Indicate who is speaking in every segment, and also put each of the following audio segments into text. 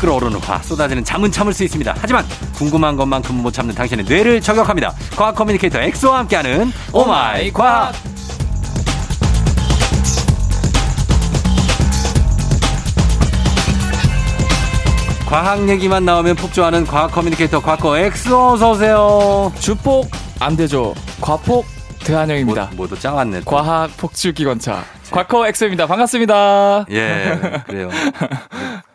Speaker 1: 끓어오르는 화 쏟아지는 잠은 참을 수 있습니다. 하지만 궁금한 것만큼 못 참는 당신의 뇌를 저격합니다. 과학 커뮤니케이터 엑소와 함께하는 오마이 과학. 과학 얘기만 나오면 폭주하는 과학 커뮤니케이터 과거 엑소 어서 오세요.
Speaker 2: 주폭 안 되죠. 과폭 대한영입니다.
Speaker 1: 모- 모두 뭐, 짱 왔네. 또.
Speaker 2: 뭐, 과학 폭주 기관차 과커 엑스입니다. 반갑습니다.
Speaker 1: 예, 그래요.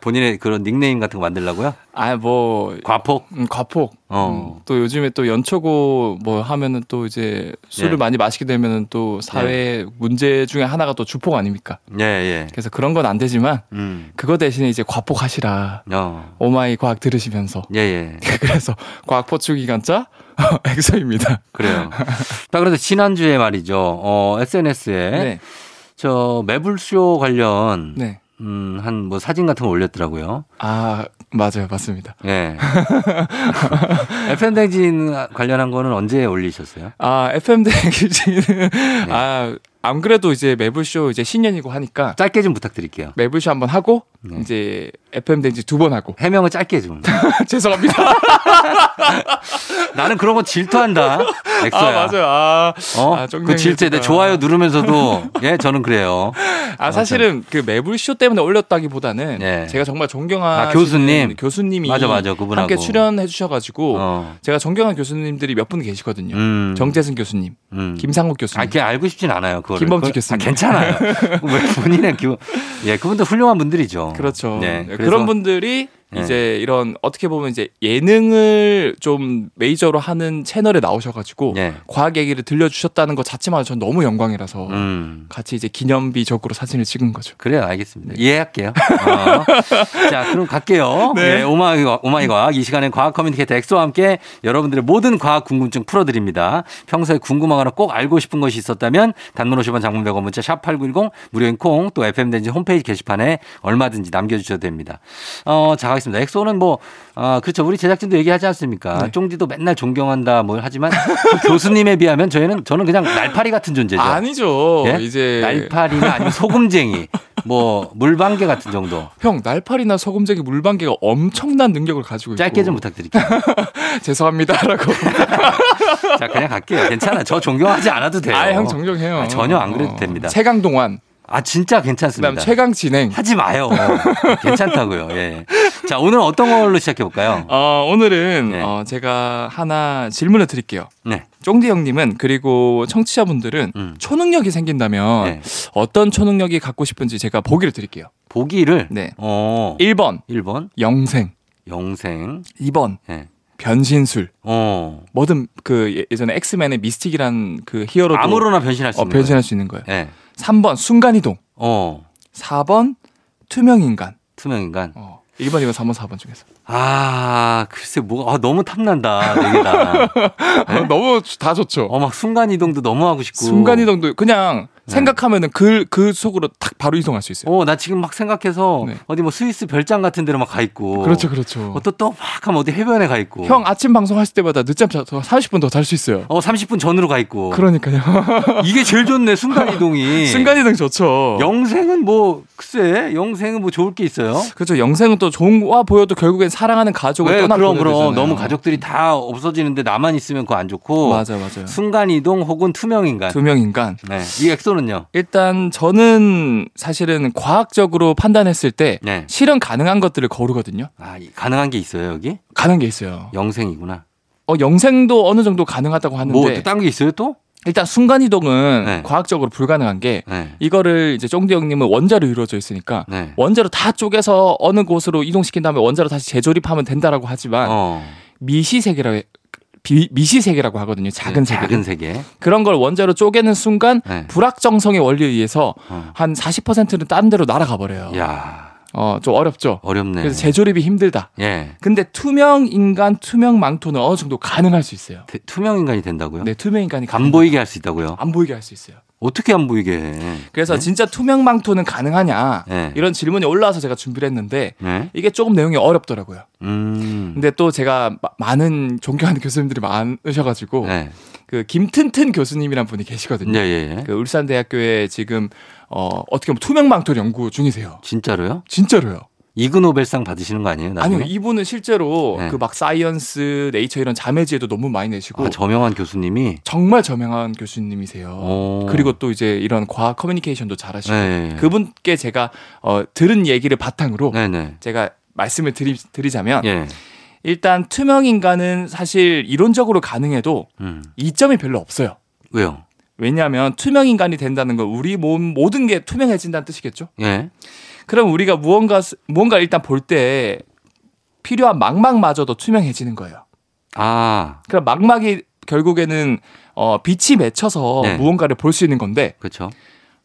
Speaker 1: 본인의 그런 닉네임 같은 거 만들라고요?
Speaker 2: 아 뭐
Speaker 1: 과폭.
Speaker 2: 과폭.
Speaker 1: 어.
Speaker 2: 음, 또 요즘에 또 연초고 뭐 하면은 또 이제 술을
Speaker 1: 예.
Speaker 2: 많이 마시게 되면은 또 사회 문제 중에 하나가 또 주폭 아닙니까?
Speaker 1: 예, 예.
Speaker 2: 그래서 그런 건 안 되지만
Speaker 1: 음.
Speaker 2: 그거 대신에 이제 과폭하시라.
Speaker 1: 어.
Speaker 2: 오마이 과학 들으시면서
Speaker 1: 예, 예.
Speaker 2: 그래서 과학 폭주 기관차 엑소입니다.
Speaker 1: 그래요. 자, 그래서 지난주에 말이죠. 어, SNS에
Speaker 2: 네.
Speaker 1: 저 매불쇼 관련
Speaker 2: 네.
Speaker 1: 음, 한 뭐 사진 같은 거 올렸더라고요.
Speaker 2: 아 맞아요 맞습니다.
Speaker 1: 예. FM댕진 관련한 거는 언제 올리셨어요?
Speaker 2: 아, FM
Speaker 1: 네.
Speaker 2: 대행진은, 아, 안 그래도 이제 매불쇼 이제 신년이고 하니까,
Speaker 1: 짧게 좀 부탁드릴게요.
Speaker 2: 매불쇼 한 번 하고,
Speaker 1: 네.
Speaker 2: 이제 FM 대행진 두 번 하고.
Speaker 1: 해명을 짧게 좀.
Speaker 2: 죄송합니다. 아,
Speaker 1: 나는 그런 거 질투한다.
Speaker 2: 아,
Speaker 1: 엑소야.
Speaker 2: 맞아요. 아,
Speaker 1: 어?
Speaker 2: 아,
Speaker 1: 그 질투에 내
Speaker 2: 정리해주셨다.
Speaker 1: 좋아요 누르면서도 예, 저는 그래요.
Speaker 2: 아, 사실은 그 매불쇼 때문에 올렸다기보다는,
Speaker 1: 네.
Speaker 2: 제가 정말 존경하는
Speaker 1: 아, 교수님.
Speaker 2: 교수님이
Speaker 1: 맞아 맞아. 그분하고
Speaker 2: 함께 출연해 주셔가지고,
Speaker 1: 어.
Speaker 2: 제가 존경하는 교수님들이 몇 분 계시거든요.
Speaker 1: 음.
Speaker 2: 정재승 교수님,
Speaker 1: 음.
Speaker 2: 김상욱 교수님.
Speaker 1: 아, 그게 알고 싶진 않아요. 그거를. 그거-
Speaker 2: 김범수 교수님.
Speaker 1: 아, 괜찮아요. 왜 본인의 기 예, 그분도 훌륭한 분들이죠.
Speaker 2: 그렇죠.
Speaker 1: 네,
Speaker 2: 네,
Speaker 1: 그래서-
Speaker 2: 그런 분들이
Speaker 1: 네.
Speaker 2: 이제 이런 어떻게 보면 이제 예능을 좀 메이저로 하는 채널에 나오셔가지고
Speaker 1: 예.
Speaker 2: 과학 얘기를 들려주셨다는 것 자체만 전 너무 영광이라서
Speaker 1: 음.
Speaker 2: 같이 이제 기념비적으로 사진을 찍은 거죠.
Speaker 1: 그래요, 알겠습니다. 이해할게요. 어. 자, 그럼 갈게요.
Speaker 2: 네.
Speaker 1: 예, 오마이, 과- 오마이 과학. 이 시간엔 과학 커뮤니케이터 엑소와 함께 여러분들의 모든 과학 궁금증 풀어드립니다. 평소에 궁금하거나 꼭 알고 싶은 것이 있었다면 단문 50원 장문 100원 문자 샵8910 무료인 콩 또 FMden지 홈페이지 게시판에 얼마든지 남겨주셔도 됩니다. 어, 자, 가겠습니다. 엑소는 뭐, 아, 그렇죠. 우리 제작진도 얘기하지 않습니까?
Speaker 2: 네.
Speaker 1: 쫑디도 맨날 존경한다 뭐 하지만 그 교수님에 비하면 저희는 저는 그냥 날파리 같은 존재죠.
Speaker 2: 아니죠.
Speaker 1: 예?
Speaker 2: 어, 이제
Speaker 1: 날파리나 아니면 소금쟁이, 뭐 물방개 같은 정도.
Speaker 2: 형 날파리나 소금쟁이 물방개가 엄청난 능력을 가지고 있고
Speaker 1: 짧게 좀 부탁드릴게요.
Speaker 2: 죄송합니다라고.
Speaker 1: 자, 그냥 갈게요. 괜찮아. 저 존경하지 않아도 돼요.
Speaker 2: 아 형 정정해요.
Speaker 1: 아, 전혀 안 그래도
Speaker 2: 어.
Speaker 1: 됩니다.
Speaker 2: 최강동환,
Speaker 1: 아, 진짜
Speaker 2: 그다음
Speaker 1: 괜찮습니다.
Speaker 2: 최강 진행.
Speaker 1: 하지 마요. 괜찮다고요. 예. 자, 오늘 어떤 걸로 시작해 볼까요?
Speaker 2: 어, 오늘은
Speaker 1: 네.
Speaker 2: 어, 제가 하나 질문을 드릴게요.
Speaker 1: 네.
Speaker 2: 쫑디 형님은 그리고 청취자분들은
Speaker 1: 음.
Speaker 2: 초능력이 생긴다면
Speaker 1: 네.
Speaker 2: 어떤 초능력이 갖고 싶은지 제가 보기를 드릴게요.
Speaker 1: 보기를
Speaker 2: 네.
Speaker 1: 어.
Speaker 2: 1번
Speaker 1: 1번
Speaker 2: 영생,
Speaker 1: 영생.
Speaker 2: 2번
Speaker 1: 예.
Speaker 2: 변신술.
Speaker 1: 어.
Speaker 2: 뭐든 그 예- 예전에 엑스맨의 미스틱이란 그 히어로도
Speaker 1: 아무로나 변신할 수
Speaker 2: 어,
Speaker 1: 있는
Speaker 2: 변신할 수 있는 거예요.
Speaker 1: 거예요. 예.
Speaker 2: 3번 순간이동,
Speaker 1: 어.
Speaker 2: 4번 투명인간.
Speaker 1: 투명 인간.
Speaker 2: 어. 1번, 2번, 3번, 4번 중에서.
Speaker 1: 아, 글쎄 뭐가 아, 너무 탐난다. 되게 다.
Speaker 2: 아, 너무 다 좋죠.
Speaker 1: 어, 막 순간 이동도 너무 하고 싶고.
Speaker 2: 순간 이동도 그냥
Speaker 1: 네.
Speaker 2: 생각하면은 그, 그 속으로 탁 바로 이동할 수 있어요.
Speaker 1: 어, 나 지금 막 생각해서
Speaker 2: 네.
Speaker 1: 어디 뭐 스위스 별장 같은 데로 막 가 있고.
Speaker 2: 그렇죠, 그렇죠.
Speaker 1: 어, 또, 또, 막 하면 어디 해변에 가 있고.
Speaker 2: 형 아침 방송 하실 때마다 늦잠 자서 30분 더 잘 수 있어요.
Speaker 1: 어, 30분 전으로 가 있고.
Speaker 2: 그러니까요.
Speaker 1: 이게 제일 좋네, 순간이동이.
Speaker 2: 순간이동 좋죠.
Speaker 1: 영생은 뭐, 글쎄, 영생은 뭐 좋을 게 있어요.
Speaker 2: 그렇죠. 영생은 또 좋은 거와 보여도 결국엔 사랑하는 가족을
Speaker 1: 왜,
Speaker 2: 떠나
Speaker 1: 네, 그럼,
Speaker 2: 보내야
Speaker 1: 그럼.
Speaker 2: 되잖아요.
Speaker 1: 너무 가족들이 다 없어지는데 나만 있으면 그거 안 좋고.
Speaker 2: 맞아 맞아요.
Speaker 1: 순간이동 혹은 투명인간.
Speaker 2: 두명 인간.
Speaker 1: 네. 이 엑소는요?
Speaker 2: 일단 저는 사실은 과학적으로 판단했을 때
Speaker 1: 네.
Speaker 2: 실현 가능한 것들을 거르거든요.
Speaker 1: 아, 이- 가능한 게 있어요, 여기?
Speaker 2: 가능한 게 있어요.
Speaker 1: 영생이구나.
Speaker 2: 어 영생도 어느 정도 가능하다고 하는데
Speaker 1: 뭐, 딴 게 있어요, 또?
Speaker 2: 일단 순간 이동은
Speaker 1: 네.
Speaker 2: 과학적으로 불가능한 게
Speaker 1: 네.
Speaker 2: 이거를 이제 쫑디 형님은 원자로 이루어져 있으니까
Speaker 1: 네.
Speaker 2: 원자로 다 쪼개서 어느 곳으로 이동시킨 다음에 원자로 다시 재조립하면 된다라고 하지만
Speaker 1: 어.
Speaker 2: 미시 세계라고 미시 세계라고 하거든요. 작은 세계.
Speaker 1: 네, 작은 세계.
Speaker 2: 그런 걸 원자로 쪼개는 순간
Speaker 1: 네.
Speaker 2: 불확정성의 원리에 의해서
Speaker 1: 어.
Speaker 2: 한 40%는 다른 데로 날아가 버려요.
Speaker 1: 야
Speaker 2: 어, 좀 어렵죠.
Speaker 1: 어렵네.
Speaker 2: 그래서 재조립이 힘들다.
Speaker 1: 예.
Speaker 2: 근데 투명 인간, 투명 망토는 어느 정도 가능할 수 있어요.
Speaker 1: 대- 투명 인간이 된다고요?
Speaker 2: 네, 투명 인간이
Speaker 1: 안 보이게 할 수 있다고요?
Speaker 2: 안 보이게 할 수 있어요.
Speaker 1: 어떻게 안 보이게 해?
Speaker 2: 그래서
Speaker 1: 네?
Speaker 2: 진짜 투명 망토는 가능하냐?
Speaker 1: 네.
Speaker 2: 이런 질문이 올라와서 제가 준비를 했는데
Speaker 1: 네?
Speaker 2: 이게 조금 내용이 어렵더라고요.
Speaker 1: 음.
Speaker 2: 근데 또 제가 마- 많은 존경하는 교수님들이 많으셔가지고
Speaker 1: 네.
Speaker 2: 그 김튼튼 교수님이란 분이 계시거든요.
Speaker 1: 예, 예, 예.
Speaker 2: 그 울산대학교에 지금 어, 어떻게 보면 투명망토 연구 중이세요.
Speaker 1: 진짜로요?
Speaker 2: 진짜로요.
Speaker 1: 이그노벨상 받으시는 거 아니에요? 나중에?
Speaker 2: 아니요, 이분은 실제로
Speaker 1: 네.
Speaker 2: 그 막 사이언스, 네이처 이런 자매지에도 너무 많이 내시고
Speaker 1: 아, 저명한 교수님이.
Speaker 2: 정말 저명한 교수님이세요.
Speaker 1: 어.
Speaker 2: 그리고 또 이제 이런 과학 커뮤니케이션도 잘하시고
Speaker 1: 네.
Speaker 2: 그분께 뭐 제가 어, 들은 얘기를 바탕으로
Speaker 1: 네네.
Speaker 2: 제가 말씀을 드리, 드리자면
Speaker 1: 예.
Speaker 2: 일단 투명 인간은 사실 이론적으로 가능해도
Speaker 1: 음.
Speaker 2: 이점이 별로 없어요.
Speaker 1: 왜요?
Speaker 2: 왜냐하면 투명 인간이 된다는 건 우리 몸 모든 게 투명해진다는 뜻이겠죠.
Speaker 1: 예.
Speaker 2: 그럼 우리가 무언가 스- 무언가를 일단 볼 때 필요한 망막마저도 투명해지는 거예요.
Speaker 1: 아,
Speaker 2: 그럼 망막이 결국에는 어, 빛이 맺혀서
Speaker 1: 네.
Speaker 2: 무언가를 볼 수 있는 건데
Speaker 1: 그렇죠.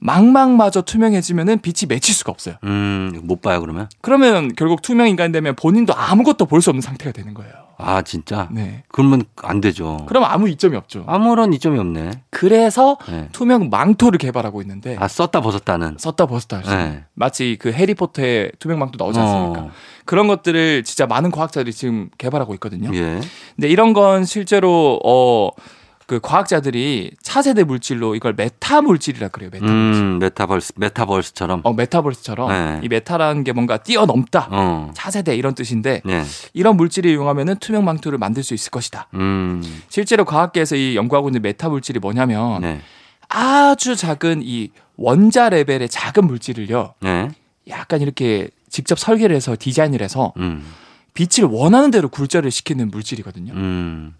Speaker 2: 망막마저 투명해지면은 빛이 맺힐 수가 없어요.
Speaker 1: 음, 못 봐요, 그러면?
Speaker 2: 그러면 결국 투명 인간 되면 본인도 아무것도 볼 수 없는 상태가 되는 거예요.
Speaker 1: 아, 진짜?
Speaker 2: 네.
Speaker 1: 그러면 안 되죠.
Speaker 2: 그럼 아무 이점이 없죠.
Speaker 1: 아무런 이점이 없네.
Speaker 2: 그래서
Speaker 1: 예.
Speaker 2: 투명 망토를 개발하고 있는데
Speaker 1: 아, 썼다 벗었다는.
Speaker 2: 썼다 벗었다 할 수 있는
Speaker 1: 예.
Speaker 2: 마치 그 해리포터의 투명 망토 나오지 않습니까?
Speaker 1: 어,
Speaker 2: 그런 것들을 진짜 많은 과학자들이 지금 개발하고 있거든요.
Speaker 1: 예.
Speaker 2: 근데 이런 건 실제로 어 그 과학자들이 차세대 물질로 이걸 메타 물질이라 그래요. 메타 물질.
Speaker 1: 음, 메타버스, 메타버스처럼.
Speaker 2: 어 메타버스처럼
Speaker 1: 네.
Speaker 2: 이 메타라는 게 뭔가 뛰어넘다.
Speaker 1: 어.
Speaker 2: 차세대 이런 뜻인데
Speaker 1: 예.
Speaker 2: 이런 물질을 이용하면은 투명 망토를 만들 수 있을 것이다.
Speaker 1: 음.
Speaker 2: 실제로 과학계에서 이 연구하고 있는 메타 물질이 뭐냐면
Speaker 1: 네.
Speaker 2: 아주 작은 이 원자 레벨의 작은 물질을요.
Speaker 1: 네.
Speaker 2: 약간 이렇게 직접 설계를 해서 디자인을 해서
Speaker 1: 음.
Speaker 2: 빛을 원하는 대로 굴절을 시키는 물질이거든요.
Speaker 1: 음.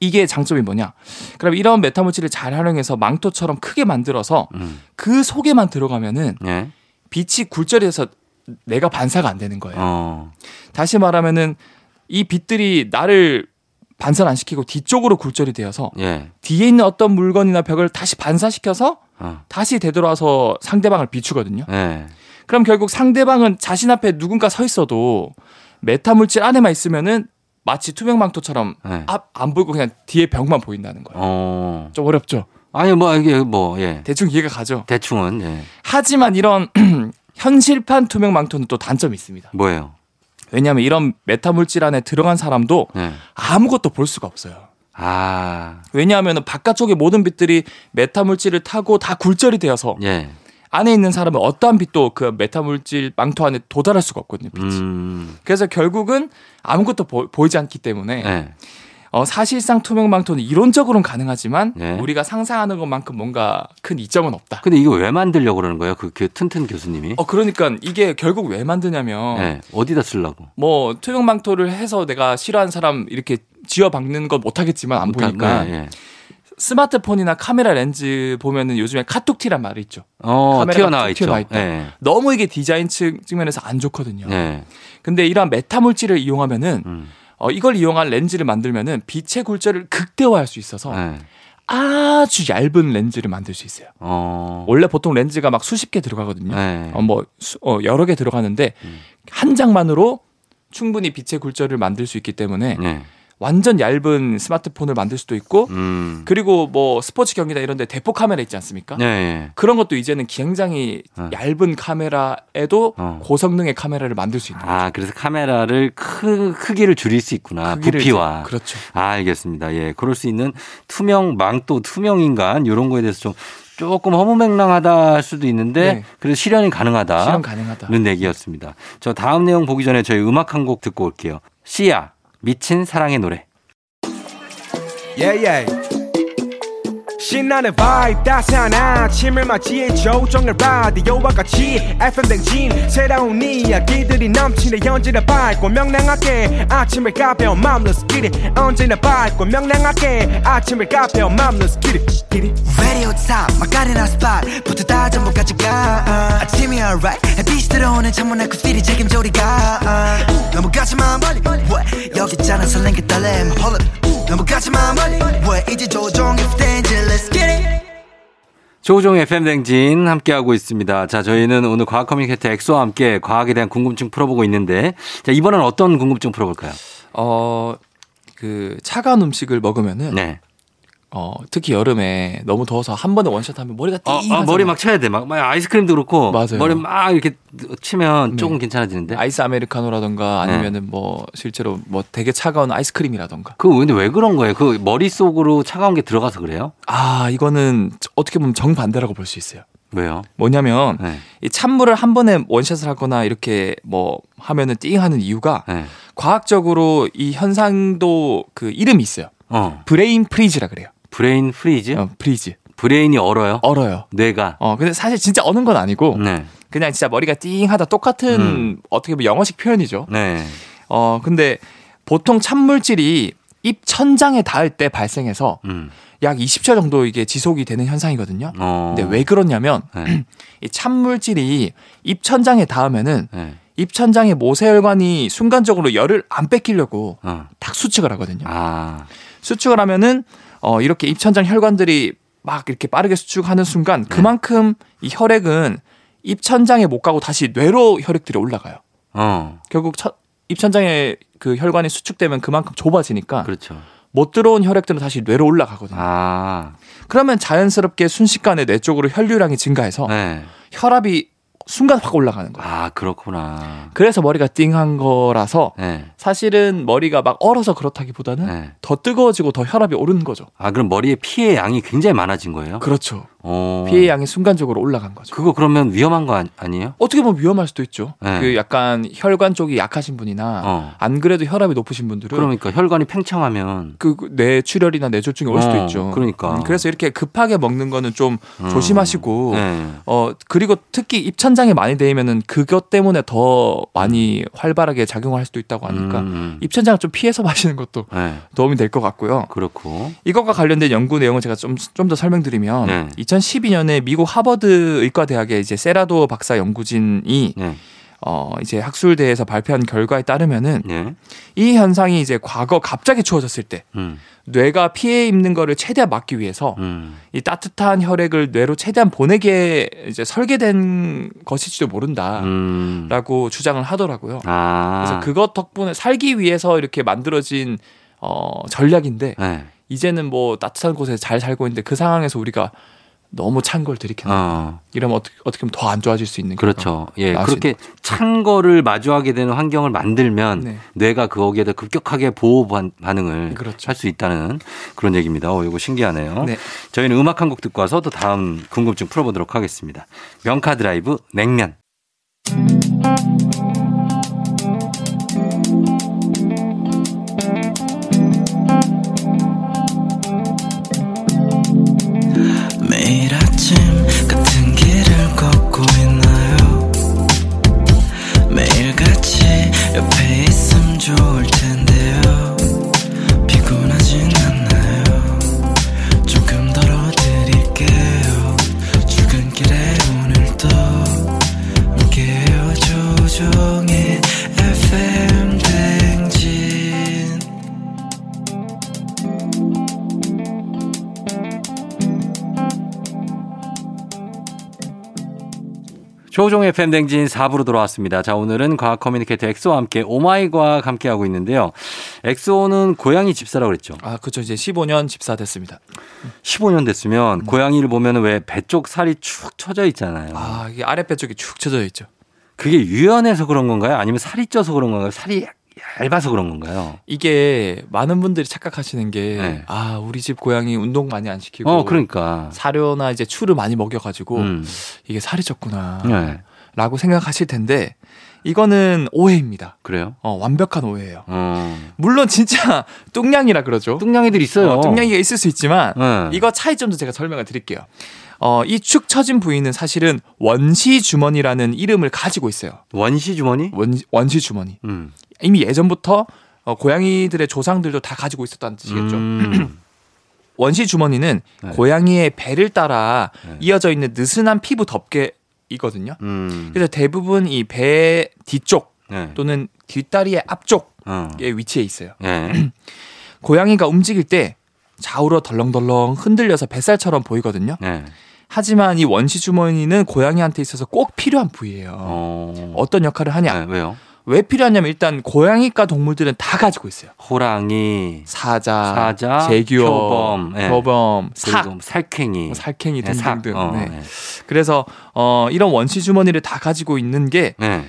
Speaker 2: 이게 장점이 뭐냐? 그럼 이런 메타물질을 잘 활용해서 망토처럼 크게 만들어서
Speaker 1: 음.
Speaker 2: 그 속에만 들어가면은
Speaker 1: 예.
Speaker 2: 빛이 굴절이 돼서 내가 반사가 안 되는 거예요.
Speaker 1: 어.
Speaker 2: 다시 말하면은 이 빛들이 나를 반사를 안 시키고 뒤쪽으로 굴절이 되어서
Speaker 1: 예.
Speaker 2: 뒤에 있는 어떤 물건이나 벽을 다시 반사시켜서
Speaker 1: 어.
Speaker 2: 다시 되돌아와서 상대방을 비추거든요.
Speaker 1: 예.
Speaker 2: 그럼 결국 상대방은 자신 앞에 누군가 서 있어도 메타물질 안에만 있으면은 마치 투명 망토처럼
Speaker 1: 예.
Speaker 2: 앞 안 보이고 그냥 뒤에 벽만 보인다는 거예요.
Speaker 1: 어.
Speaker 2: 좀 어렵죠.
Speaker 1: 아니 뭐 이게 뭐 예.
Speaker 2: 대충 이해가 가죠.
Speaker 1: 대충은 예.
Speaker 2: 하지만 이런 현실판 투명 망토는 또 단점이 있습니다.
Speaker 1: 뭐예요?
Speaker 2: 왜냐하면 이런 메타 물질 안에 들어간 사람도
Speaker 1: 예.
Speaker 2: 아무것도 볼 수가 없어요.
Speaker 1: 아.
Speaker 2: 왜냐하면 바깥쪽의 모든 빛들이 메타 물질을 타고 다 굴절이 되어서
Speaker 1: 예.
Speaker 2: 안에 있는 사람은 어떠한 빛도 그 메타 물질 망토 안에 도달할 수가 없거든요. 빛이.
Speaker 1: 음.
Speaker 2: 그래서 결국은 아무것도 보, 이지 않기 때문에
Speaker 1: 예.
Speaker 2: 어, 사실상 투명 망토는 이론적으로는 가능하지만
Speaker 1: 네.
Speaker 2: 우리가 상상하는 것만큼 뭔가 큰 이점은 없다.
Speaker 1: 근데 이거 왜 만들려고 그러는 거예요? 그, 그 튼튼 교수님이?
Speaker 2: 어 그러니까 이게 결국 왜 만드냐면
Speaker 1: 예. 어디다 쓰려고?
Speaker 2: 뭐 투명 망토를 해서 내가 싫어하는 사람 이렇게 쥐어 박는 건 못하겠지만 안 보니까
Speaker 1: 예, 예.
Speaker 2: 스마트폰이나 카메라 렌즈 보면은 요즘에 카툭티란 말이 있죠.
Speaker 1: 어,
Speaker 2: 카메라가
Speaker 1: 튀어나와
Speaker 2: 툭
Speaker 1: 있죠.
Speaker 2: 튀어나와 있다.
Speaker 1: 예.
Speaker 2: 너무 이게 디자인 측- 측면에서 안 좋거든요.
Speaker 1: 예.
Speaker 2: 근데 이러한 메타 물질을 이용하면은
Speaker 1: 음.
Speaker 2: 어, 이걸 이용한 렌즈를 만들면은 빛의 굴절을 극대화할 수 있어서
Speaker 1: 예.
Speaker 2: 아주 얇은 렌즈를 만들 수 있어요.
Speaker 1: 어.
Speaker 2: 원래 보통 렌즈가 막 수십 개 들어가거든요.
Speaker 1: 예.
Speaker 2: 어, 뭐 수- 어, 여러 개 들어가는데
Speaker 1: 음.
Speaker 2: 한 장만으로 충분히 빛의 굴절을 만들 수 있기 때문에
Speaker 1: 예.
Speaker 2: 완전 얇은 스마트폰을 만들 수도 있고
Speaker 1: 음.
Speaker 2: 그리고 뭐 스포츠 경기나 이런 데 대포 카메라 있지 않습니까?
Speaker 1: 예, 예.
Speaker 2: 그런 것도 이제는 굉장히
Speaker 1: 네.
Speaker 2: 얇은 카메라에도
Speaker 1: 어.
Speaker 2: 고성능의 카메라를 만들 수 있는
Speaker 1: 아, 그래서 카메라를 크, 크기를 줄일 수 있구나.
Speaker 2: 크기를
Speaker 1: 부피와.
Speaker 2: 이제- 그렇죠.
Speaker 1: 아, 알겠습니다. 예. 그럴 수 있는 투명 망토, 투명 인간 요런 거에 대해서 좀 조금 허무맹랑하다 할 수도 있는데
Speaker 2: 네.
Speaker 1: 그래도 실현이 가능하다.
Speaker 2: 실현 가능하다.
Speaker 1: 는 얘기였습니다. 저 다음 내용 보기 전에 저희 음악 한 곡 듣고 올게요. 씨야 미친 사랑의 노래.
Speaker 3: 예예 신나는 vibe 따스한 아침을 맞이해 조정을 라디오와 같이 FM 댕진 새로운 이야기들이 넘치네 언제나 밝고 명랑하게 아침을 가벼운 맘로 스키리 언제나 밝고 명랑하게 아침을 가벼운 맘로 스키리 끼리
Speaker 4: Radio top 마카레나 스팟 부터 다 전부까지 가 아침이 alright 햇빛이 들어오는 창문 앞 굽질이 책임져 우리가 uh. 넘어가지마 멀리 왜 여기 있잖아 설렘 그 떨림 Hold up 넘어가지마 멀리 왜 이제 조종의 stage Let's get it
Speaker 1: 조종 FM 댕진 함께하고 있습니다. 자, 저희는 오늘 과학 커뮤니케이터 엑소와 함께 과학에 대한 궁금증 풀어보고 있는데, 자, 이번엔 어떤 궁금증 풀어볼까요?
Speaker 2: 어, 그 차가운 음식을 먹으면은
Speaker 1: 네.
Speaker 2: 어, 특히 여름에 너무 더워서 한 번에 원샷 하면 머리가 띵
Speaker 1: 어, 어,
Speaker 2: 하잖아요.
Speaker 1: 머리 막 쳐야 돼. 막, 막 아이스크림도 그렇고,
Speaker 2: 맞아요. 네.
Speaker 1: 머리 막 이렇게 치면 조금 괜찮아지는데.
Speaker 2: 아이스 아메리카노라던가
Speaker 1: 네.
Speaker 2: 아니면은 뭐 실제로 뭐 되게 차가운 아이스크림이라던가
Speaker 1: 그거 근데 왜 그런 거예요? 그 머릿속으로 차가운 게 들어가서 그래요?
Speaker 2: 아 이거는 어떻게 보면 정반대라고 볼 수 있어요
Speaker 1: 왜요?
Speaker 2: 뭐냐면
Speaker 1: 네.
Speaker 2: 이 찬물을 한 번에 원샷을 하거나 이렇게 뭐 하면은 띵 하는 이유가
Speaker 1: 네.
Speaker 2: 과학적으로 이 현상도 그 이름이 있어요.
Speaker 1: 어.
Speaker 2: 브레인 프리즈라 그래요.
Speaker 1: 브레인 프리즈?
Speaker 2: 어, 프리즈.
Speaker 1: 브레인이 얼어요?
Speaker 2: 얼어요.
Speaker 1: 뇌가.
Speaker 2: 어, 근데 사실 진짜 어는 건 아니고
Speaker 1: 네.
Speaker 2: 그냥 진짜 머리가 띵 하다 똑같은
Speaker 1: 음.
Speaker 2: 어떻게 보면 영어식 표현이죠.
Speaker 1: 네.
Speaker 2: 어, 근데 보통 찬물질이 입 천장에 닿을 때 발생해서
Speaker 1: 음.
Speaker 2: 약 20초 정도 이게 지속이 되는 현상이거든요.
Speaker 1: 어.
Speaker 2: 근데 왜 그러냐면
Speaker 1: 네.
Speaker 2: 이 찬물질이 입 천장에 닿으면은
Speaker 1: 네.
Speaker 2: 입 천장의 모세혈관이 순간적으로 열을 안 뺏기려고
Speaker 1: 어.
Speaker 2: 딱 수축을 하거든요.
Speaker 1: 아.
Speaker 2: 수축을 하면은 어 이렇게 입 천장 혈관들이 막 이렇게 빠르게 수축하는
Speaker 1: 네.
Speaker 2: 순간 그만큼 이 혈액은 입 천장에 못 가고 다시 뇌로 혈액들이 올라가요.
Speaker 1: 어.
Speaker 2: 결국 첫- 입 천장에 그 혈관이 수축되면 그만큼 좁아지니까
Speaker 1: 그렇죠.
Speaker 2: 못 들어온 혈액들은 다시 뇌로 올라가거든요.
Speaker 1: 아.
Speaker 2: 그러면 자연스럽게 순식간에 뇌 쪽으로 혈류량이 증가해서
Speaker 1: 네.
Speaker 2: 혈압이 순간 확 올라가는 거예요.
Speaker 1: 아, 그렇구나.
Speaker 2: 그래서 머리가 띵한 거라서
Speaker 1: 네.
Speaker 2: 사실은 머리가 막 얼어서 그렇다기보다는
Speaker 1: 네.
Speaker 2: 더 뜨거워지고 더 혈압이 오른 거죠.
Speaker 1: 아, 그럼 머리에 피해 양이 굉장히 많아진 거예요?
Speaker 2: 그렇죠.
Speaker 1: 어.
Speaker 2: 피해 양이 순간적으로 올라간 거죠.
Speaker 1: 그거 그러면 위험한 거 아니, 에요
Speaker 2: 어떻게 보면 위험할 수도 있죠.
Speaker 1: 네.
Speaker 2: 그 약간 혈관 쪽이 약하신 분이나
Speaker 1: 어.
Speaker 2: 안 그래도 혈압이 높으신 분들은
Speaker 1: 그러니까 혈관이 팽창하면
Speaker 2: 그 뇌 출혈이나 뇌졸중이 올 수도
Speaker 1: 어,
Speaker 2: 있죠. 음,
Speaker 1: 그러니까.
Speaker 2: 그래서 이렇게 급하게 먹는 거는 좀
Speaker 1: 음.
Speaker 2: 조심하시고
Speaker 1: 네.
Speaker 2: 어 그리고 특히 입천장에 많이 대이면은 그것 때문에 더 많이 활발하게 작용할 수도 있다고 하니까
Speaker 1: 음.
Speaker 2: 입천장을 좀 피해서 마시는 것도
Speaker 1: 네.
Speaker 2: 도움이 될 것 같고요.
Speaker 1: 그렇고.
Speaker 2: 이것과 관련된 연구 내용을 제가 좀 좀 더 설명드리면
Speaker 1: 네.
Speaker 2: 2012년에 미국 하버드 의과대학의 이제 세라도 박사 연구진이
Speaker 1: 네.
Speaker 2: 어 이제 학술대에서 발표한 결과에 따르면은
Speaker 1: 네.
Speaker 2: 이 현상이 이제 과거 갑자기 추워졌을 때
Speaker 1: 음.
Speaker 2: 뇌가 피해 입는 거를 최대한 막기 위해서
Speaker 1: 음.
Speaker 2: 이 따뜻한 혈액을 뇌로 최대한 보내게 이제 설계된 것일지도 모른다라고
Speaker 1: 음.
Speaker 2: 주장을 하더라고요.
Speaker 1: 아.
Speaker 2: 그래서 그것 덕분에 살기 위해서 이렇게 만들어진 어 전략인데
Speaker 1: 네.
Speaker 2: 이제는 뭐 따뜻한 곳에 잘 살고 있는데 그 상황에서 우리가 너무 찬 걸 들이키는
Speaker 1: 어.
Speaker 2: 이러면 어떻게, 어떻게 보면 더 안 좋아질 수 있는
Speaker 1: 그렇죠. 예.
Speaker 2: 나을 수
Speaker 1: 그렇게 찬 거를 마주하게 되는 환경을 만들면
Speaker 2: 네.
Speaker 1: 뇌가 거기에 다 급격하게 보호 반- 반응을
Speaker 2: 그렇죠.
Speaker 1: 할 수 있다는 그런 얘기입니다. 어, 이거 신기하네요.
Speaker 2: 네.
Speaker 1: 저희는 음악 한 곡 듣고 와서 또 다음 궁금증 풀어보도록 하겠습니다. 명카 드라이브 냉면.
Speaker 4: 매일 아침 같은 길을 걷고 있나요 매일 같이 옆에 있음 좋을 텐데요 피곤하진 않나요 조금 덜어드릴게요 출근길에 오늘도 함께해요 조종의 FM 댕진
Speaker 1: 조종의 팬댕진 4부로 돌아왔습니다. 자, 오늘은 과학 커뮤니케이터 엑소와 함께 오마이 과학 함께하고 있는데요. 엑소는 고양이 집사라고 그랬죠.
Speaker 2: 아 그렇죠 이제 15년 집사 됐습니다.
Speaker 1: 15년 됐으면 고양이를 보면 왜 배 쪽 살이 축 처져 있잖아요.
Speaker 2: 음. 아 이게 아랫배 쪽이 축 처져 있죠.
Speaker 1: 그게 유연해서 그런 건가요? 아니면 살이 쪄서 그런 건가요? 살이 얇아서 그런 건가요?
Speaker 2: 이게 많은 분들이 착각하시는 게 아
Speaker 1: 네.
Speaker 2: 우리 집 고양이 운동 많이 안 시키고
Speaker 1: 어, 그러니까.
Speaker 2: 사료나 이제 추를 많이 먹여가지고
Speaker 1: 음.
Speaker 2: 이게 살이 쪘구나라고
Speaker 1: 네.
Speaker 2: 생각하실 텐데 이거는 오해입니다.
Speaker 1: 그래요?
Speaker 2: 어, 완벽한 오해예요.
Speaker 1: 어.
Speaker 2: 물론 진짜 뚱냥이라 그러죠.
Speaker 1: 뚱냥이들 있어요.
Speaker 2: 음. 어, 뚱냥이가 있을 수 있지만
Speaker 1: 네.
Speaker 2: 이거 차이점도 제가 설명을 드릴게요. 어, 이 축 처진 부위는 사실은 원시 주머니라는 이름을 가지고 있어요.
Speaker 1: 원시 주머니?
Speaker 2: 원, 원시 주머니.
Speaker 1: 음.
Speaker 2: 이미 예전부터 어, 고양이들의 조상들도 다 가지고 있었다는 뜻이겠죠.
Speaker 1: 음.
Speaker 2: 원시 주머니는
Speaker 1: 네.
Speaker 2: 고양이의 배를 따라
Speaker 1: 네.
Speaker 2: 이어져 있는 느슨한 피부 덮개이거든요.
Speaker 1: 음.
Speaker 2: 그래서 대부분 이 배 뒤쪽
Speaker 1: 네.
Speaker 2: 또는 뒷다리의 앞쪽에
Speaker 1: 어.
Speaker 2: 위치해 있어요.
Speaker 1: 예.
Speaker 2: 고양이가 움직일 때 좌우로 덜렁덜렁 흔들려서 뱃살처럼 보이거든요.
Speaker 1: 네.
Speaker 2: 하지만 이 원시 주머니는 고양이한테 있어서 꼭 필요한 부위예요.
Speaker 1: 어.
Speaker 2: 어. 떤 역할을 하냐?
Speaker 1: 네, 왜요?
Speaker 2: 왜 필요하냐면 일단 고양이과 동물들은 다 가지고 있어요.
Speaker 1: 호랑이,
Speaker 2: 사자,
Speaker 1: 사자,
Speaker 2: 제규어,
Speaker 1: 표범, 예.
Speaker 2: 표범, 삭, 뭐
Speaker 1: 그리고 뭐 살쾡이,
Speaker 2: 살쾡이
Speaker 1: 네, 삭.
Speaker 2: 등등등.
Speaker 1: 어,
Speaker 2: 네.
Speaker 1: 네.
Speaker 2: 그래서 어, 이런 원시 주머니를 다 가지고 있는 게
Speaker 1: 네.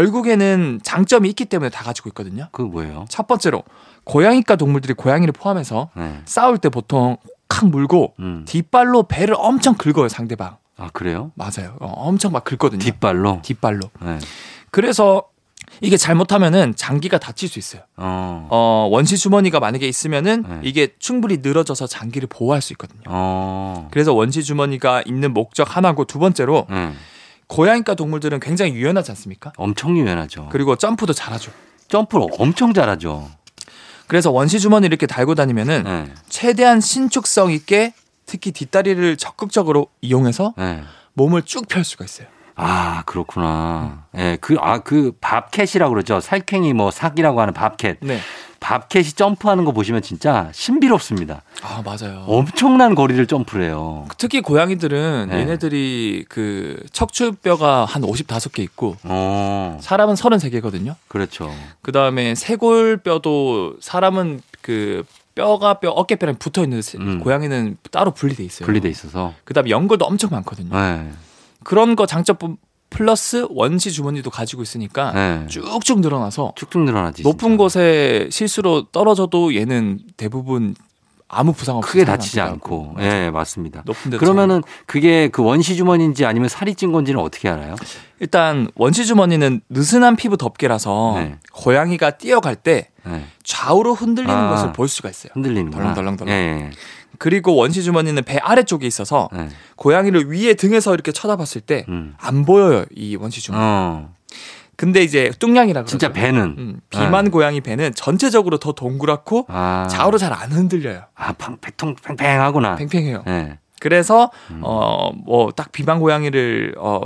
Speaker 2: 결국에는 장점이 있기 때문에 다 가지고 있거든요.
Speaker 1: 그 뭐예요?
Speaker 2: 첫 번째로 고양이과 동물들이 고양이를 포함해서
Speaker 1: 네.
Speaker 2: 싸울 때 보통 칵 물고
Speaker 1: 음.
Speaker 2: 뒷발로 배를 엄청 긁어요 상대방.
Speaker 1: 아, 그래요?
Speaker 2: 맞아요. 어, 엄청 막 긁거든요.
Speaker 1: 뒷발로?
Speaker 2: 뒷발로.
Speaker 1: 네.
Speaker 2: 그래서 이게 잘못하면은 장기가 다칠 수 있어요.
Speaker 1: 어.
Speaker 2: 어, 원시 주머니가 만약에 있으면은
Speaker 1: 네.
Speaker 2: 이게 충분히 늘어져서 장기를 보호할 수 있거든요.
Speaker 1: 어.
Speaker 2: 그래서 원시 주머니가 있는 목적 하나고 두 번째로
Speaker 1: 음.
Speaker 2: 고양이과 동물들은 굉장히 유연하지 않습니까?
Speaker 1: 엄청 유연하죠.
Speaker 2: 그리고 점프도 잘하죠.
Speaker 1: 점프를 엄청 잘하죠.
Speaker 2: 그래서 원시 주머니 이렇게 달고 다니면은
Speaker 1: 네.
Speaker 2: 최대한 신축성 있게 특히 뒷다리를 적극적으로 이용해서
Speaker 1: 네.
Speaker 2: 몸을 쭉 펼 수가 있어요.
Speaker 1: 아, 그렇구나. 예, 그, 아, 그, 밥캣이라고 그러죠. 살쾡이 뭐, 삭이라고 하는 밥캣.
Speaker 2: 네.
Speaker 1: 밥캣이 점프하는 거 보시면 진짜 신비롭습니다.
Speaker 2: 아 맞아요.
Speaker 1: 엄청난 거리를 점프를 해요.
Speaker 2: 특히 고양이들은
Speaker 1: 네.
Speaker 2: 얘네들이 그 척추뼈가 한 55개 있고
Speaker 1: 어,
Speaker 2: 사람은 33개거든요.
Speaker 1: 그렇죠.
Speaker 2: 그 다음에 쇄골뼈도 사람은 그 뼈가 뼈 어깨뼈랑 붙어 있는데 세-
Speaker 1: 음.
Speaker 2: 고양이는 따로 분리돼 있어요.
Speaker 1: 분리돼 있어서.
Speaker 2: 그다음에 연골도 엄청 많거든요.
Speaker 1: 예.
Speaker 2: 그런 거 장점뿐 플러스 원시 주머니도 가지고 있으니까
Speaker 1: 예.
Speaker 2: 아, 쭉쭉 늘어나서
Speaker 1: 쭉쭉 늘어나지.
Speaker 2: 높은
Speaker 1: 진짜.
Speaker 2: 곳에 실수로 떨어져도 얘는 대부분 아무 부상 어, 그 없이
Speaker 1: 크게
Speaker 2: 살아남기도
Speaker 1: 다치지 않고.
Speaker 2: 하고.
Speaker 1: 예, 맞습니다.
Speaker 2: 높은 데
Speaker 1: 그러면은 그게 그 원시주머니인지 아니면 살이 찐 건지는 어떻게 알아요?
Speaker 2: 일단 원시 주머니는 느슨한 피부 덮개라서
Speaker 1: 네.
Speaker 2: 고양이가 뛰어갈 때
Speaker 1: 예.
Speaker 2: 좌우로 흔들리는
Speaker 1: 아.
Speaker 2: 것을 볼 수가 있어요.
Speaker 1: 흔들리는 거.
Speaker 2: 덜렁덜렁덜렁.
Speaker 1: 예.
Speaker 2: 그리고 원시 주머니는 배 아래쪽에 있어서
Speaker 1: 예. 예.
Speaker 2: 고양이를 위에 등에서 이렇게 쳐다봤을 때 안
Speaker 1: 음.
Speaker 2: 보여요 이 원시 주머니.
Speaker 1: 어.
Speaker 2: 근데 이제 뚱냥이라 그러죠.
Speaker 1: 진짜 배는.
Speaker 2: 그렇죠. 음, 비만 고양이 배는 전체적으로 더 동그랗고
Speaker 1: 아.
Speaker 2: 좌우로 잘 안 흔들려요.
Speaker 1: 아, 팡, 배통 팽팽하구나.
Speaker 2: 팽팽해요.
Speaker 1: 예.
Speaker 2: 그래서 어뭐 딱 비만 고양이를 어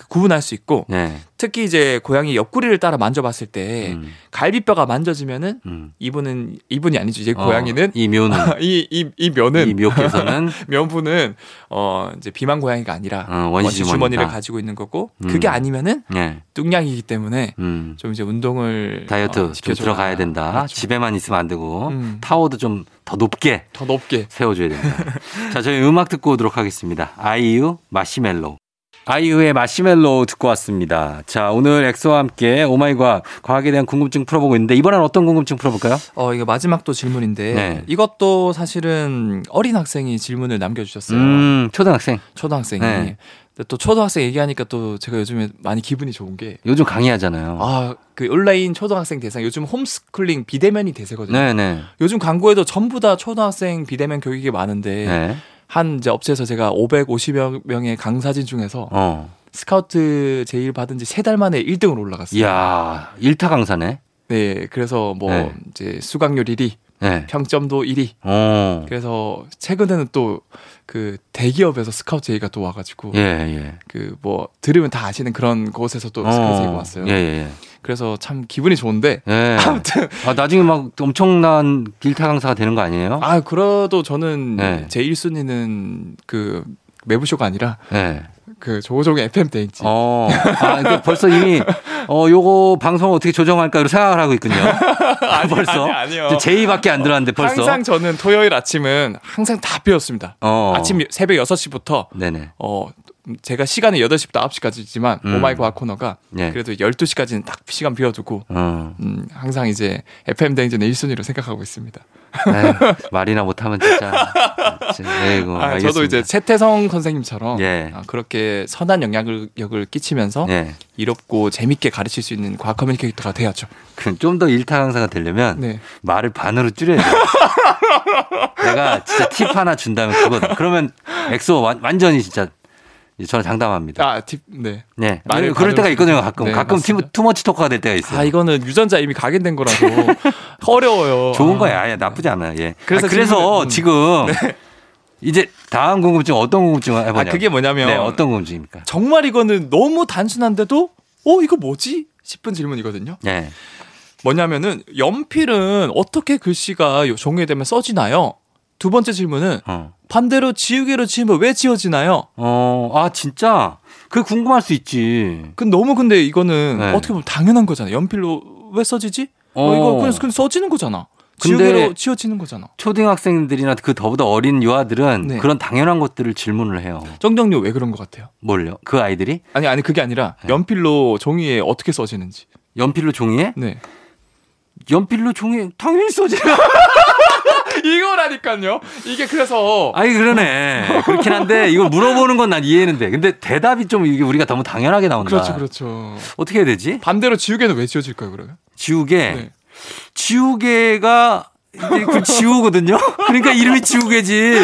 Speaker 2: 그 구분할 수 있고
Speaker 1: 네.
Speaker 2: 특히 이제 고양이 옆구리를 따라 만져봤을 때
Speaker 1: 음.
Speaker 2: 갈비뼈가 만져지면은
Speaker 1: 음.
Speaker 2: 이분은 이분이 아니죠. 이제
Speaker 1: 어,
Speaker 2: 고양이는
Speaker 1: 이 묘는
Speaker 2: 이 이 이 면은
Speaker 1: 이 묘께서는
Speaker 2: 면부는 어 이제 비만 고양이가 아니라
Speaker 1: 어,
Speaker 2: 원시
Speaker 1: 원시
Speaker 2: 주머니를
Speaker 1: 주머니다.
Speaker 2: 가지고 있는 거고
Speaker 1: 음.
Speaker 2: 그게 아니면은
Speaker 1: 예.
Speaker 2: 뚱냥이기 때문에
Speaker 1: 음.
Speaker 2: 좀 이제 운동을
Speaker 1: 다이어트
Speaker 2: 어,
Speaker 1: 좀
Speaker 2: 지켜줘라.
Speaker 1: 들어가야 된다.
Speaker 2: 그렇죠.
Speaker 1: 집에만 있으면 안 되고
Speaker 2: 음.
Speaker 1: 타워도 좀 더 높게
Speaker 2: 더 높게
Speaker 1: 세워줘야 된다. 자, 저희 음악 듣고 오도록 하겠습니다. 아이유 마시멜로. 아이유의 마시멜로 듣고 왔습니다. 자, 오늘 엑소와 함께 오마이과 과학에 대한 궁금증 풀어보고 있는데 이번엔 어떤 궁금증 풀어볼까요?
Speaker 2: 어 이게 마지막 또 질문인데
Speaker 1: 네.
Speaker 2: 이것도 사실은 어린 학생이 질문을 남겨주셨어요
Speaker 1: 음, 초등학생.
Speaker 2: 초등학생이
Speaker 1: 네.
Speaker 2: 근데 또 초등학생 얘기하니까 또 제가 요즘에 많이 기분이 좋은
Speaker 1: 요즘 강의하잖아요.
Speaker 2: 게 아 그 온라인 초등학생 대상 요즘 홈스쿨링 비대면이 대세거든요
Speaker 1: 네네.
Speaker 2: 요즘 광고에도 전부 다 초등학생 비대면 교육이 많은데
Speaker 1: 네.
Speaker 2: 한 이제 업체에서 제가 550여 명의 강사진 중에서
Speaker 1: 어.
Speaker 2: 스카우트 제일 받은 지 세 달 만에 1등으로 올라갔어요.
Speaker 1: 이야, 일타 강사네.
Speaker 2: 네, 그래서 뭐
Speaker 1: 네.
Speaker 2: 이제 수강률 1위,
Speaker 1: 네.
Speaker 2: 평점도 1위.
Speaker 1: 어.
Speaker 2: 그래서 최근에는 또 그 대기업에서 스카우트 제의가 또 와가지고
Speaker 1: 예, 예.
Speaker 2: 그 뭐 들으면 다 아시는 그런 곳에서 또 스카우트 제의가 왔어요.
Speaker 1: 예, 예,
Speaker 2: 그래서 참 기분이 좋은데
Speaker 1: 예. 예.
Speaker 2: 아무튼
Speaker 1: 아, 나중에 막 엄청난 일타 강사가 되는 거 아니에요?
Speaker 2: 아 그래도 저는
Speaker 1: 네.
Speaker 2: 제 1순위는 그 매부쇼가 아니라
Speaker 1: 네.
Speaker 2: 그 조종의 FM 대행지.
Speaker 1: 어. 아, 그러니까 벌써 이미 어 요거 방송 어떻게 조정할까 이런 생각을 하고 있군요. 벌써
Speaker 2: 아니, 아니요.
Speaker 1: 이제 제의밖에 안 들어왔는데 벌써.
Speaker 2: 항상 저는 토요일 아침은 항상 다 비웠습니다.
Speaker 1: 어.
Speaker 2: 아침 새벽 6시부터
Speaker 1: 네네.
Speaker 2: 어 제가 시간이 8시부터 9시까지지만
Speaker 1: 음.
Speaker 2: 오마이 과학 코너가
Speaker 1: 네.
Speaker 2: 그래도 12시까지는 딱 시간 비워두고
Speaker 1: 어.
Speaker 2: 음, 항상 이제 FM 대행진의 1순위로 생각하고 있습니다.
Speaker 1: 에휴, 말이나 못하면 진짜. 진짜. 에이구,
Speaker 2: 아,
Speaker 1: 어, 알겠습니다.
Speaker 2: 저도 이제 채태성 선생님처럼
Speaker 1: 예.
Speaker 2: 아, 그렇게 선한 영향력을 끼치면서
Speaker 1: 예.
Speaker 2: 이롭고 재밌게 가르칠 수 있는 과학 커뮤니케이터가 돼야죠.
Speaker 1: 그럼 좀 더 일타 강사가 되려면
Speaker 2: 네.
Speaker 1: 말을 반으로 줄여야 돼. 내가 진짜 팁 하나 준다면 그거다. 그러면 엑소 완, 완전히 진짜 저는 장담합니다.
Speaker 2: 아, 팁, 네.
Speaker 1: 네.
Speaker 2: 말을
Speaker 1: 아니, 그럴 때가
Speaker 2: 반으로
Speaker 1: 있거든요. 가끔
Speaker 2: 네,
Speaker 1: 가끔
Speaker 2: 맞습니다.
Speaker 1: 투- 투머치 토크가 될 때가 있어요.
Speaker 2: 아, 이거는 유전자 이미 각인된 거라서 어려워요.
Speaker 1: 좋은
Speaker 2: 아.
Speaker 1: 거야. 아예 나쁘지 않아요. 예.
Speaker 2: 그래서 음. 네.
Speaker 1: 그래서, 아, 그래서 지금 이제 다음 궁금증 어떤 궁금증
Speaker 2: 아,
Speaker 1: 해보냐?
Speaker 2: 그게 뭐냐면
Speaker 1: 네, 어떤 궁금증입니까?
Speaker 2: 정말 이거는 너무 단순한데도 어 이거 뭐지 싶은 질문이거든요.
Speaker 1: 네.
Speaker 2: 뭐냐면은 연필은 어떻게 글씨가 요- 종이에 되면 써지나요? 두 번째 질문은
Speaker 1: 어.
Speaker 2: 반대로 지우개로 지우면 왜 지워지나요?
Speaker 1: 어, 아 진짜 그 궁금할 수 있지.
Speaker 2: 그 너무 근데 이거는
Speaker 1: 네.
Speaker 2: 어떻게 보면 당연한 거잖아. 연필로 왜 써지지? 어,
Speaker 1: 어.
Speaker 2: 이거 그냥, 그냥 써지는 거잖아.
Speaker 1: 근데-
Speaker 2: 지우개로 지워지는 거잖아.
Speaker 1: 초등학생들이나 그 더보다 어린 유아들은
Speaker 2: 네.
Speaker 1: 그런 당연한 것들을 질문을 해요.
Speaker 2: 정정료 왜 그런 것 같아요?
Speaker 1: 뭘요? 그 아이들이
Speaker 2: 아니 아니 그게 아니라 연필로 종이에 어떻게 써지는지.
Speaker 1: 연필로 종이에
Speaker 2: 네.
Speaker 1: 연필로 종이 당연히 써지.
Speaker 2: 이거라니까요. 이게 그래서
Speaker 1: 아니 그러네. 그렇긴 한데 이걸 물어보는 건 난 이해는 돼. 근데 대답이 좀 이게 우리가 너무 당연하게 나온다.
Speaker 2: 그렇죠, 그렇죠.
Speaker 1: 어떻게 해야 되지?
Speaker 2: 반대로 지우개는 왜 지워질까요, 그러면?
Speaker 1: 지우개.
Speaker 2: 네.
Speaker 1: 지우개가 이게 그 지우거든요. 그러니까 이름이 지우개지.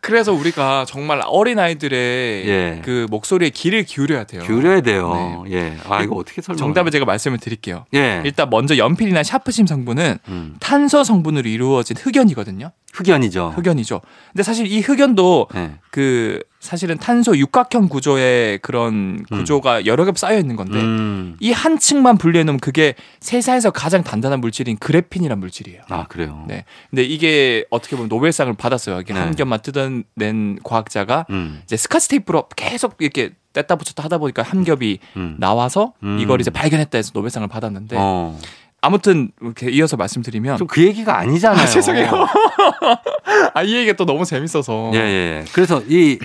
Speaker 2: 그래서 우리가 정말 어린 아이들의
Speaker 1: 예.
Speaker 2: 그 목소리에 귀를 기울여야 돼요.
Speaker 1: 기울여야 돼요. 예. 아 이거 어떻게 설명?
Speaker 2: 네. 정답을 네. 제가 말씀을 드릴게요.
Speaker 1: 예.
Speaker 2: 일단 먼저 연필이나 샤프심 성분은
Speaker 1: 음.
Speaker 2: 탄소 성분으로 이루어진 흑연이거든요. 네.
Speaker 1: 흑연이죠.
Speaker 2: 흑연이죠. 근데 사실 이 흑연도
Speaker 1: 예.
Speaker 2: 그 사실은 탄소 육각형 구조의 그런
Speaker 1: 음.
Speaker 2: 구조가 여러 개 쌓여 있는 건데
Speaker 1: 음.
Speaker 2: 이 한 층만 분리해 놓으면 그게 세상에서 가장 단단한 물질인 그래핀이란 물질이에요.
Speaker 1: 아 그래요.
Speaker 2: 네. 근데 이게 어떻게 보면 노벨상을 받았어요. 이게
Speaker 1: 네.
Speaker 2: 한 겹만 뜯어낸 과학자가
Speaker 1: 음.
Speaker 2: 이제 스카치 테이프로 계속 이렇게 뗐다 붙였다 하다 보니까 한 겹이
Speaker 1: 음.
Speaker 2: 나와서
Speaker 1: 음.
Speaker 2: 이걸 이제 발견했다 해서 노벨상을 받았는데
Speaker 1: 어.
Speaker 2: 아무튼 이렇게 이어서 말씀드리면
Speaker 1: 좀 그 얘기가 아니잖아요.
Speaker 2: 아, 죄송해요. 아 이 얘기가 또 너무 재밌어서
Speaker 1: 예, 예. 그래서 이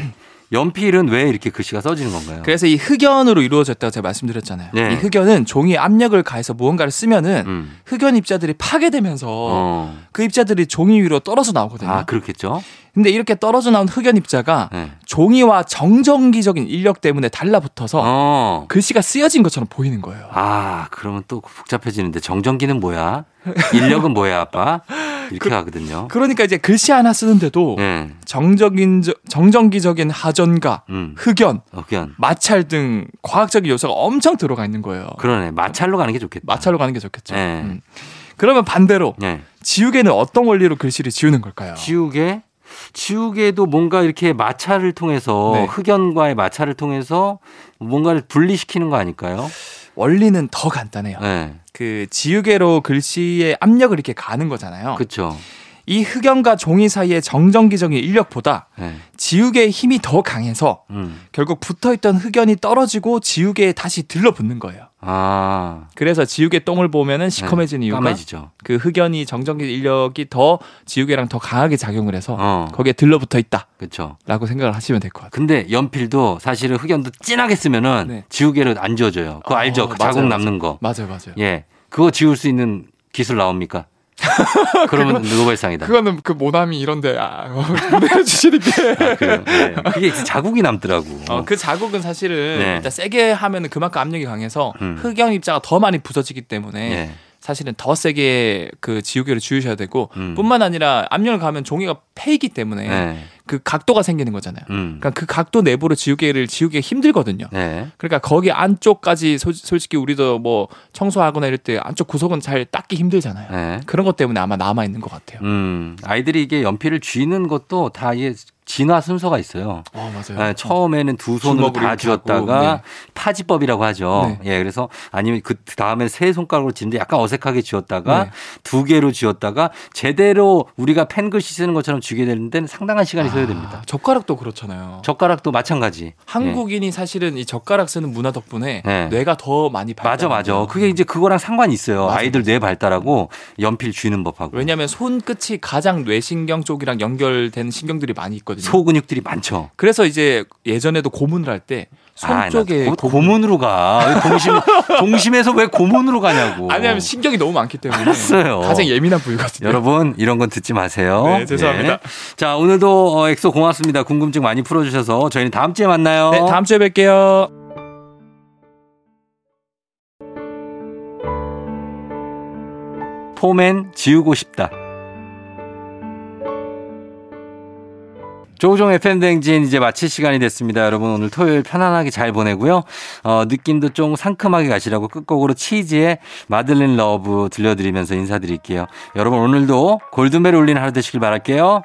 Speaker 1: 연필은 왜 이렇게 글씨가 써지는 건가요?
Speaker 2: 그래서 이 흑연으로 이루어졌다고 제가 말씀드렸잖아요.
Speaker 1: 네.
Speaker 2: 이 흑연은 종이에 압력을 가해서 무언가를 쓰면은
Speaker 1: 음.
Speaker 2: 흑연 입자들이 파괴되면서
Speaker 1: 어.
Speaker 2: 그 입자들이 종이 위로 떨어져 나오거든요.
Speaker 1: 아 그렇겠죠.
Speaker 2: 근데 이렇게 떨어져 나온 흑연 입자가
Speaker 1: 예.
Speaker 2: 종이와 정전기적인 인력 때문에 달라붙어서
Speaker 1: 어.
Speaker 2: 글씨가 쓰여진 것처럼 보이는 거예요.
Speaker 1: 아 그러면 또 복잡해지는데 정전기는 뭐야? 인력은 뭐야, 아빠? 이렇게 가거든요.
Speaker 2: 그러니까 이제 글씨 하나 쓰는데도
Speaker 1: 예.
Speaker 2: 정적인 정전기적인 하전과
Speaker 1: 음.
Speaker 2: 흑연,
Speaker 1: 흑연.
Speaker 2: 마찰 등 과학적인 요소가 엄청 들어가 있는 거예요.
Speaker 1: 그러네. 마찰로 가는 게 좋겠다.
Speaker 2: 마찰로 가는 게 좋겠죠.
Speaker 1: 네.
Speaker 2: 음. 그러면 반대로
Speaker 1: 예.
Speaker 2: 지우개는 어떤 원리로 글씨를 지우는 걸까요?
Speaker 1: 지우개. 지우개도 뭔가 이렇게 마찰을 통해서
Speaker 2: 네.
Speaker 1: 흑연과의 마찰을 통해서 뭔가를 분리시키는 거 아닐까요?
Speaker 2: 원리는 더 간단해요.
Speaker 1: 예.
Speaker 2: 그 지우개로 글씨에 압력을 이렇게 가는 거잖아요.
Speaker 1: 그렇죠.
Speaker 2: 이 흑연과 종이 사이의 정전기적인 인력보다
Speaker 1: 예.
Speaker 2: 지우개의 힘이 더 강해서
Speaker 1: 음.
Speaker 2: 결국 붙어있던 흑연이 떨어지고 지우개에 다시 들러붙는 거예요.
Speaker 1: 아.
Speaker 2: 그래서 지우개 똥을 보면은 시커매진 이유가
Speaker 1: 네. 까매지죠.
Speaker 2: 그 흑연이 정전기 인력이 더 지우개랑 더 강하게 작용을 해서
Speaker 1: 어.
Speaker 2: 거기에 들러붙어 있다라고
Speaker 1: 그렇죠.
Speaker 2: 생각을 하시면 될 것 같아요.
Speaker 1: 근데 연필도 사실은 흑연도 진하게 쓰면은
Speaker 2: 네.
Speaker 1: 지우개를 안 지워져요. 그거
Speaker 2: 어,
Speaker 1: 알죠? 그
Speaker 2: 맞아요,
Speaker 1: 자국
Speaker 2: 맞아요.
Speaker 1: 남는 거.
Speaker 2: 맞아요, 맞아요.
Speaker 1: 예. 그거 지울 수 있는 기술 나옵니까? 그러면 노벨상이다.
Speaker 2: 그거는 그 모나미 이런데 아, 보내주시는 게.
Speaker 1: 아, 그래요? 예. 그게 자국이 남더라고.
Speaker 2: 어, 그 자국은 사실은
Speaker 1: 네.
Speaker 2: 일단 세게 하면은 그만큼 압력이 강해서
Speaker 1: 음.
Speaker 2: 흑연 입자가 더 많이 부서지기 때문에
Speaker 1: 예.
Speaker 2: 사실은 더 세게 그 지우개를 지우셔야 되고
Speaker 1: 음.
Speaker 2: 뿐만 아니라 압력을 가하면 종이가 패이기 때문에
Speaker 1: 네.
Speaker 2: 그 각도가 생기는 거잖아요.
Speaker 1: 음.
Speaker 2: 그러니까 그 각도 내부로 지우개를 지우기가 힘들거든요.
Speaker 1: 네.
Speaker 2: 그러니까 거기 안쪽까지 솔- 솔직히 우리도 뭐 청소하거나 이럴 때 안쪽 구석은 잘 닦기 힘들잖아요.
Speaker 1: 네.
Speaker 2: 그런 것 때문에 아마 남아 있는 것 같아요.
Speaker 1: 음. 아이들이 이게 연필을 쥐는 것도 다 이게 진화 순서가 있어요.
Speaker 2: 어 맞아요.
Speaker 1: 네, 처음에는 두 손으로
Speaker 2: 주먹으로
Speaker 1: 다
Speaker 2: 이렇게 하고,
Speaker 1: 쥐었다가
Speaker 2: 네.
Speaker 1: 파지법이라고 하죠.
Speaker 2: 네.
Speaker 1: 예, 그래서 아니면 그 다음에 세 손가락으로 쥐는데 약간 어색하게 쥐었다가
Speaker 2: 네.
Speaker 1: 두 개로 쥐었다가 제대로 우리가 펜글씨 쓰는 것처럼 쥐게 되는 데는 상당한 시간이 소요됩니다 네.
Speaker 2: 아, 젓가락도 그렇잖아요.
Speaker 1: 젓가락도 마찬가지.
Speaker 2: 한국인이 사실은 이 젓가락 쓰는 문화 덕분에
Speaker 1: 네.
Speaker 2: 뇌가 더 많이 발달.
Speaker 1: 맞아, 맞아. 그게 이제 그거랑 상관이 있어요.
Speaker 2: 맞아,
Speaker 1: 아이들뇌 발달하고 연필 쥐는 법하고.
Speaker 2: 왜냐하면 손끝이 가장 뇌신경 쪽이랑 연결된 신경들이 많이 있거든요.
Speaker 1: 소근육들이 많죠.
Speaker 2: 그래서 이제 예전에도 고문을 할 때 손
Speaker 1: 아, 나
Speaker 2: 쪽에
Speaker 1: 고, 고문으로 가. 왜 동심, 동심에서 왜 고문으로 가냐고.
Speaker 2: 아니면 신경이 너무 많기 때문에
Speaker 1: 알았어요.
Speaker 2: 가장 예민한 부위거든요.
Speaker 1: 여러분 이런 건 듣지 마세요.
Speaker 2: 네, 죄송합니다.
Speaker 1: 예. 자 오늘도 어, 엑소 고맙습니다. 궁금증 많이 풀어주셔서 저희는 다음 주에 만나요.
Speaker 2: 네, 다음 주에 뵐게요.
Speaker 1: 포맨 지우고 싶다. 조우종 FM 댕진 이제 마칠 시간이 됐습니다. 여러분 오늘 토요일 편안하게 잘 보내고요. 어, 느낌도 좀 상큼하게 가시라고 끝곡으로 치즈의 마들린 러브 들려드리면서 인사드릴게요. 여러분 오늘도 골든벨 울리는 하루 되시길 바랄게요.